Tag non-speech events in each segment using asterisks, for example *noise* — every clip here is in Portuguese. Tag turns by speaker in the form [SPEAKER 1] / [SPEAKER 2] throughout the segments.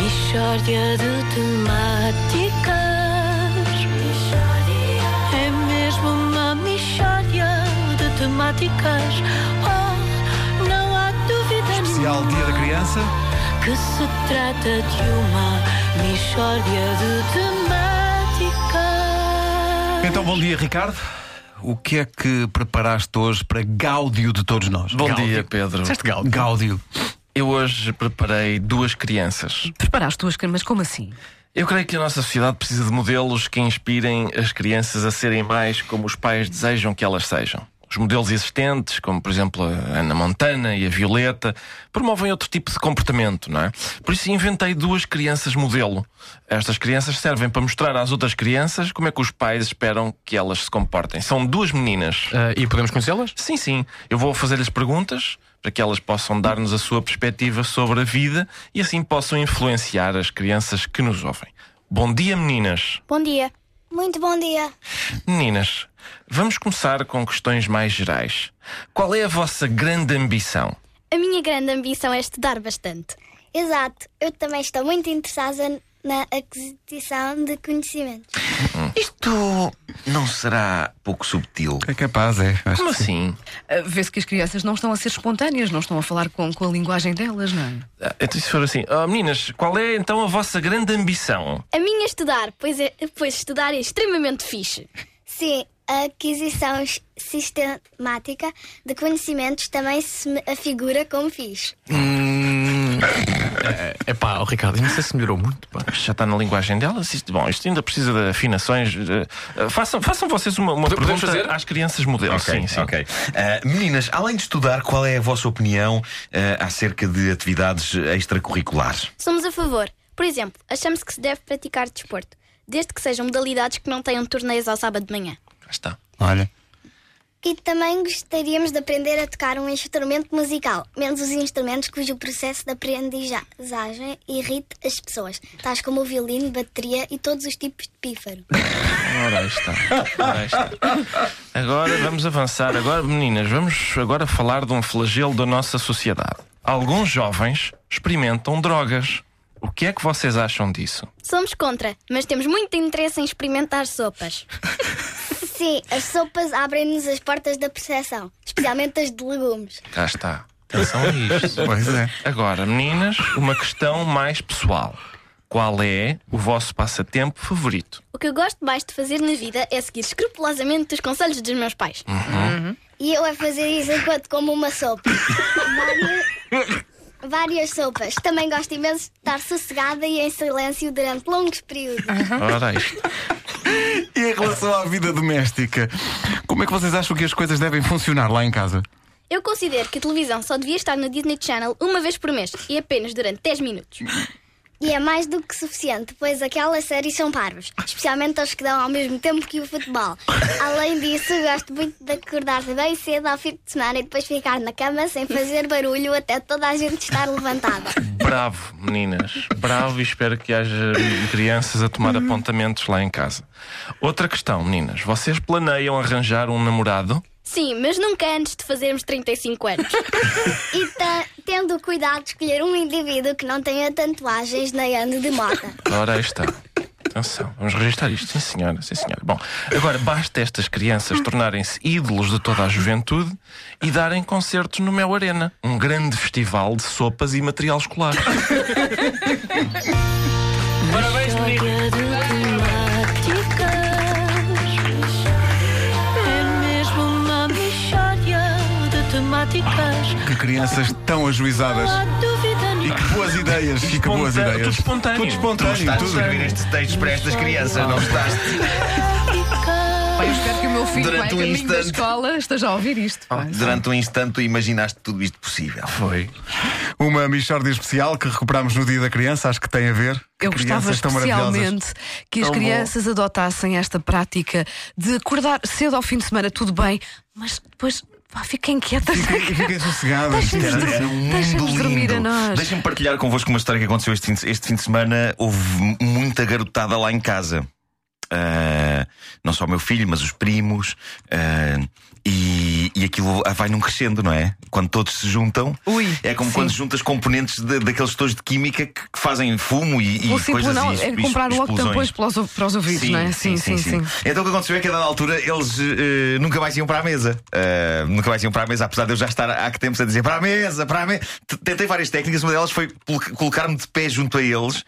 [SPEAKER 1] Mistória de temáticas. É mesmo uma mistória de temáticas. Oh, não há dúvida
[SPEAKER 2] Especial
[SPEAKER 1] nenhuma
[SPEAKER 2] Dia da Criança.
[SPEAKER 1] que se trata de uma mistória de temáticas.
[SPEAKER 2] Então, bom dia, Ricardo. O que é que preparaste hoje para Gáudio de todos nós?
[SPEAKER 3] Bom
[SPEAKER 2] Gáudio.
[SPEAKER 3] dia, Pedro.
[SPEAKER 2] Gáudio.
[SPEAKER 3] Eu hoje preparei duas crianças.
[SPEAKER 4] Preparaste duas cremas, como assim?
[SPEAKER 3] Eu creio que a nossa sociedade precisa de modelos que inspirem as crianças a serem mais como os pais desejam que elas sejam. Os modelos existentes, como por exemplo a Ana Montana e a Violeta, promovem outro tipo de comportamento, não é? Por isso inventei duas crianças modelo. Estas crianças servem para mostrar às outras crianças como é que os pais esperam que elas se comportem. São duas meninas.
[SPEAKER 5] Ah, e podemos conhecê-las?
[SPEAKER 3] Sim, sim. Eu vou fazer-lhes perguntas para que elas possam dar-nos a sua perspectiva sobre a vida e assim possam influenciar as crianças que nos ouvem. Bom dia, meninas.
[SPEAKER 6] Bom dia. Muito bom dia.
[SPEAKER 3] Meninas, vamos começar com questões mais gerais. Qual é a vossa grande ambição?
[SPEAKER 6] A minha grande ambição é estudar bastante. Exato. Eu também estou muito interessada na aquisição de conhecimentos.
[SPEAKER 7] Isto não será pouco subtil.
[SPEAKER 2] É capaz, é. Acho
[SPEAKER 3] Como
[SPEAKER 2] que sim.
[SPEAKER 3] assim?
[SPEAKER 4] Ah, Vê-se que as crianças não estão a ser espontâneas, não estão a falar com, com a linguagem delas, não é?
[SPEAKER 3] Ah, Então, se for assim, ah, meninas, qual é então a vossa grande ambição?
[SPEAKER 6] A minha é estudar, pois, é, pois estudar é extremamente fixe. Sim, a aquisição s- sistemática de conhecimentos também se me afigura como fixe.
[SPEAKER 5] É pá, Ricardo, não sei se melhorou muito. Pá.
[SPEAKER 3] Já está na linguagem delas? Isto, bom, isto ainda precisa de afinações. Ah, ah, façam, façam vocês uma, uma
[SPEAKER 5] Podemos
[SPEAKER 3] pergunta
[SPEAKER 5] fazer?
[SPEAKER 3] às crianças modelos.
[SPEAKER 7] Ok,
[SPEAKER 3] sim, sim.
[SPEAKER 7] ok. Ah, meninas, além de estudar, qual é a vossa opinião ah, acerca de atividades extracurriculares?
[SPEAKER 6] Somos a favor. Por exemplo, achamos que se deve praticar desporto, desde que sejam modalidades que não tenham torneios ao sábado de manhã.
[SPEAKER 3] Cá está.
[SPEAKER 2] Olha.
[SPEAKER 6] E também gostaríamos de aprender a tocar um instrumento musical, menos os instrumentos cujo processo de aprendizagem irrita as pessoas, tais como o violino, bateria e todos os tipos de pífaro.
[SPEAKER 3] Ora aí está. Ora aí está. Agora vamos avançar. Agora, meninas, vamos agora falar de um flagelo da nossa sociedade. Alguns jovens experimentam drogas. O que é que vocês acham disso?
[SPEAKER 6] Somos contra, mas temos muito interesse em experimentar sopas. Sim, as sopas abrem-nos as portas da percepção, especialmente as de legumes.
[SPEAKER 3] Cá está. Atenção a isto.
[SPEAKER 2] Pois é.
[SPEAKER 3] Agora, meninas, uma questão mais pessoal. Qual é o vosso passatempo favorito?
[SPEAKER 6] O que eu gosto mais de fazer na vida é seguir escrupulosamente os conselhos dos meus pais. E eu a fazer isso enquanto como uma sopa. Várias- Várias sopas. Também gosto imenso de estar sossegada e em silêncio durante longos períodos.
[SPEAKER 3] Ora aí está.
[SPEAKER 2] E em relação à vida doméstica, como é que vocês acham que as coisas devem funcionar lá em casa?
[SPEAKER 6] Eu considero que a televisão só devia estar no Disney Channel uma vez por mês e apenas durante 10 minutos. E é mais do que suficiente, pois aquelas séries são parvas, especialmente as que dão ao mesmo tempo que o futebol. Além disso, gosto muito de acordar bem cedo ao fim de semana e depois ficar na cama sem fazer barulho até toda a gente estar levantada.
[SPEAKER 3] Bravo, meninas. Bravo e espero que haja crianças a tomar apontamentos lá em casa. Outra questão, meninas. Vocês planeiam arranjar um namorado?
[SPEAKER 6] Sim, mas nunca antes de fazermos 35 anos. e tendo cuidado de escolher um indivíduo que não tenha tatuagens nem ande de moda.
[SPEAKER 3] Ora aí está. Atenção, vamos registrar isto. Sim, senhora, sim, senhora. Bom, agora basta estas crianças tornarem-se ídolos de toda a juventude e darem concertos no Mel Arena, um grande festival de sopas e material escolar.
[SPEAKER 1] História de temáticas. É mesmo uma mistória de temáticas.
[SPEAKER 2] Que crianças tão ajuizadas.
[SPEAKER 1] Não há dúvida
[SPEAKER 2] E
[SPEAKER 1] nenhuma.
[SPEAKER 2] que boas ideias. E que boas
[SPEAKER 3] Espontâneo,
[SPEAKER 2] ideias.
[SPEAKER 3] tudo espontâneo.
[SPEAKER 2] Tudo espontâneo,
[SPEAKER 7] Estás a
[SPEAKER 2] tudo.
[SPEAKER 7] escrever este texto para estas crianças, não estás?
[SPEAKER 4] Pai, eu espero que o meu filho, vai
[SPEAKER 7] Durante
[SPEAKER 4] a
[SPEAKER 7] um
[SPEAKER 4] caminho da
[SPEAKER 7] instante.
[SPEAKER 4] escola, esteja a ouvir isto. pá.
[SPEAKER 7] Durante um instante tu imaginaste tudo isto possível.
[SPEAKER 3] Foi.
[SPEAKER 2] Uma mixórdia especial que recuperámos no Dia da Criança, acho que tem a ver.
[SPEAKER 4] Eu gostava
[SPEAKER 2] Crianças tão maravilhosas.
[SPEAKER 4] especialmente que as crianças adotassem esta prática de acordar cedo ao fim de semana, tudo bem, mas depois pá, fiquem quietas.
[SPEAKER 2] Fiquem,
[SPEAKER 4] *laughs*
[SPEAKER 2] fiquem sossegadas.
[SPEAKER 4] Deixem-nos
[SPEAKER 2] Sim,
[SPEAKER 4] dormir.
[SPEAKER 2] sim.
[SPEAKER 7] Era um
[SPEAKER 4] Deixa-nos
[SPEAKER 7] mundo
[SPEAKER 4] dormir
[SPEAKER 7] lindo.
[SPEAKER 4] a nós.
[SPEAKER 7] Deixa-me partilhar convosco uma história que aconteceu este fim, de- este fim de semana. Houve muita garotada lá em casa. ah, não só o meu filho, mas os primos. ah, e, e aquilo ah, vai num crescendo, não é? Quando todos se juntam,
[SPEAKER 4] Ui,
[SPEAKER 7] é como
[SPEAKER 4] sim.
[SPEAKER 7] quando juntas componentes de- daqueles setores de química que, que fazem fumo e, e
[SPEAKER 4] o simples
[SPEAKER 7] coisas
[SPEAKER 4] não
[SPEAKER 7] e,
[SPEAKER 4] é
[SPEAKER 7] e
[SPEAKER 4] comprar logo
[SPEAKER 7] explosões.
[SPEAKER 4] tampões para os, para os ouvidos, não é?
[SPEAKER 7] Então o que aconteceu é que a dada altura eles eh, nunca mais iam para a mesa. Eh, nunca mais iam para a mesa, apesar de eu já estar há que tempos a dizer para a mesa, para a mesa. T- Tentei várias técnicas, uma delas foi colo- colocar-me de pé junto a eles,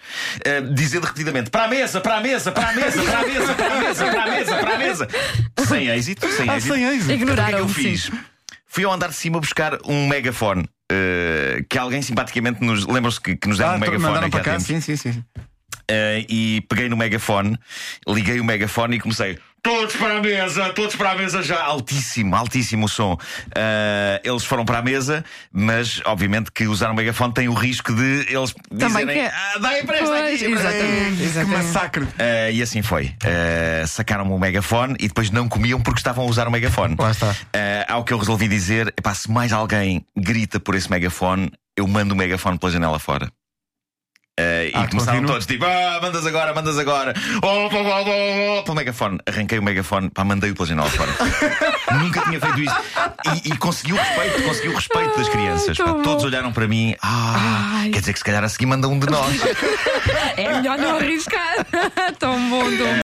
[SPEAKER 7] eh, dizendo repetidamente para a mesa, para a mesa, para a mesa, para a mesa, para a mesa, para a mesa, para a mesa. Sem êxito, sem
[SPEAKER 2] Ah,
[SPEAKER 7] êxito.
[SPEAKER 2] sem êxito.
[SPEAKER 7] Então, o que é que eu
[SPEAKER 4] Ignoraram-me, sim.
[SPEAKER 7] fiz? Fui ao andar de cima buscar um megafone. eh, que alguém simpaticamente nos. Lembram-se que, que nos deram
[SPEAKER 2] Ah, to-
[SPEAKER 7] um megafone.
[SPEAKER 2] mandaram
[SPEAKER 7] aqui
[SPEAKER 2] para
[SPEAKER 7] há
[SPEAKER 2] cá?
[SPEAKER 7] tempos.
[SPEAKER 2] Sim, sim, sim.
[SPEAKER 7] Eh, e peguei no megafone, liguei o megafone e comecei. Todos para a mesa, todos para a mesa já. Altíssimo, altíssimo o som. Eh, eles foram para a mesa, mas obviamente que usar o megafone tem o risco de eles
[SPEAKER 4] Também
[SPEAKER 7] dizerem.
[SPEAKER 4] quer.
[SPEAKER 7] Ah, dá empresta
[SPEAKER 4] Pois,
[SPEAKER 7] aqui, empresta aqui."
[SPEAKER 4] exatamente.
[SPEAKER 2] Que
[SPEAKER 4] exatamente.
[SPEAKER 2] massacre.
[SPEAKER 7] Eh, e assim foi. Eh, Sacaram-me o megafone e depois não comiam porque estavam a usar o megafone.
[SPEAKER 2] Lá está.
[SPEAKER 7] Eh, ao que eu resolvi dizer: "Epá, se mais alguém grita por esse megafone, eu mando o megafone pela janela fora. Eh,
[SPEAKER 2] Ah,
[SPEAKER 7] e começaram
[SPEAKER 2] continua.
[SPEAKER 7] todos tipo: ah, mandas agora, mandas agora. Oh, oh, oh, oh, oh, pelo megafone. Arranquei o megafone, pá, mandei-o pela janela fora. *laughs* Nunca tinha feito isto. E, e consegui o respeito, consegui o respeito das crianças.
[SPEAKER 4] tão
[SPEAKER 7] pá.
[SPEAKER 4] bom.
[SPEAKER 7] todos olharam para mim: ah,
[SPEAKER 4] Ai.
[SPEAKER 7] quer dizer que se calhar a seguir manda um de nós.
[SPEAKER 4] É melhor não arriscar. *laughs* tão bom, tão bom.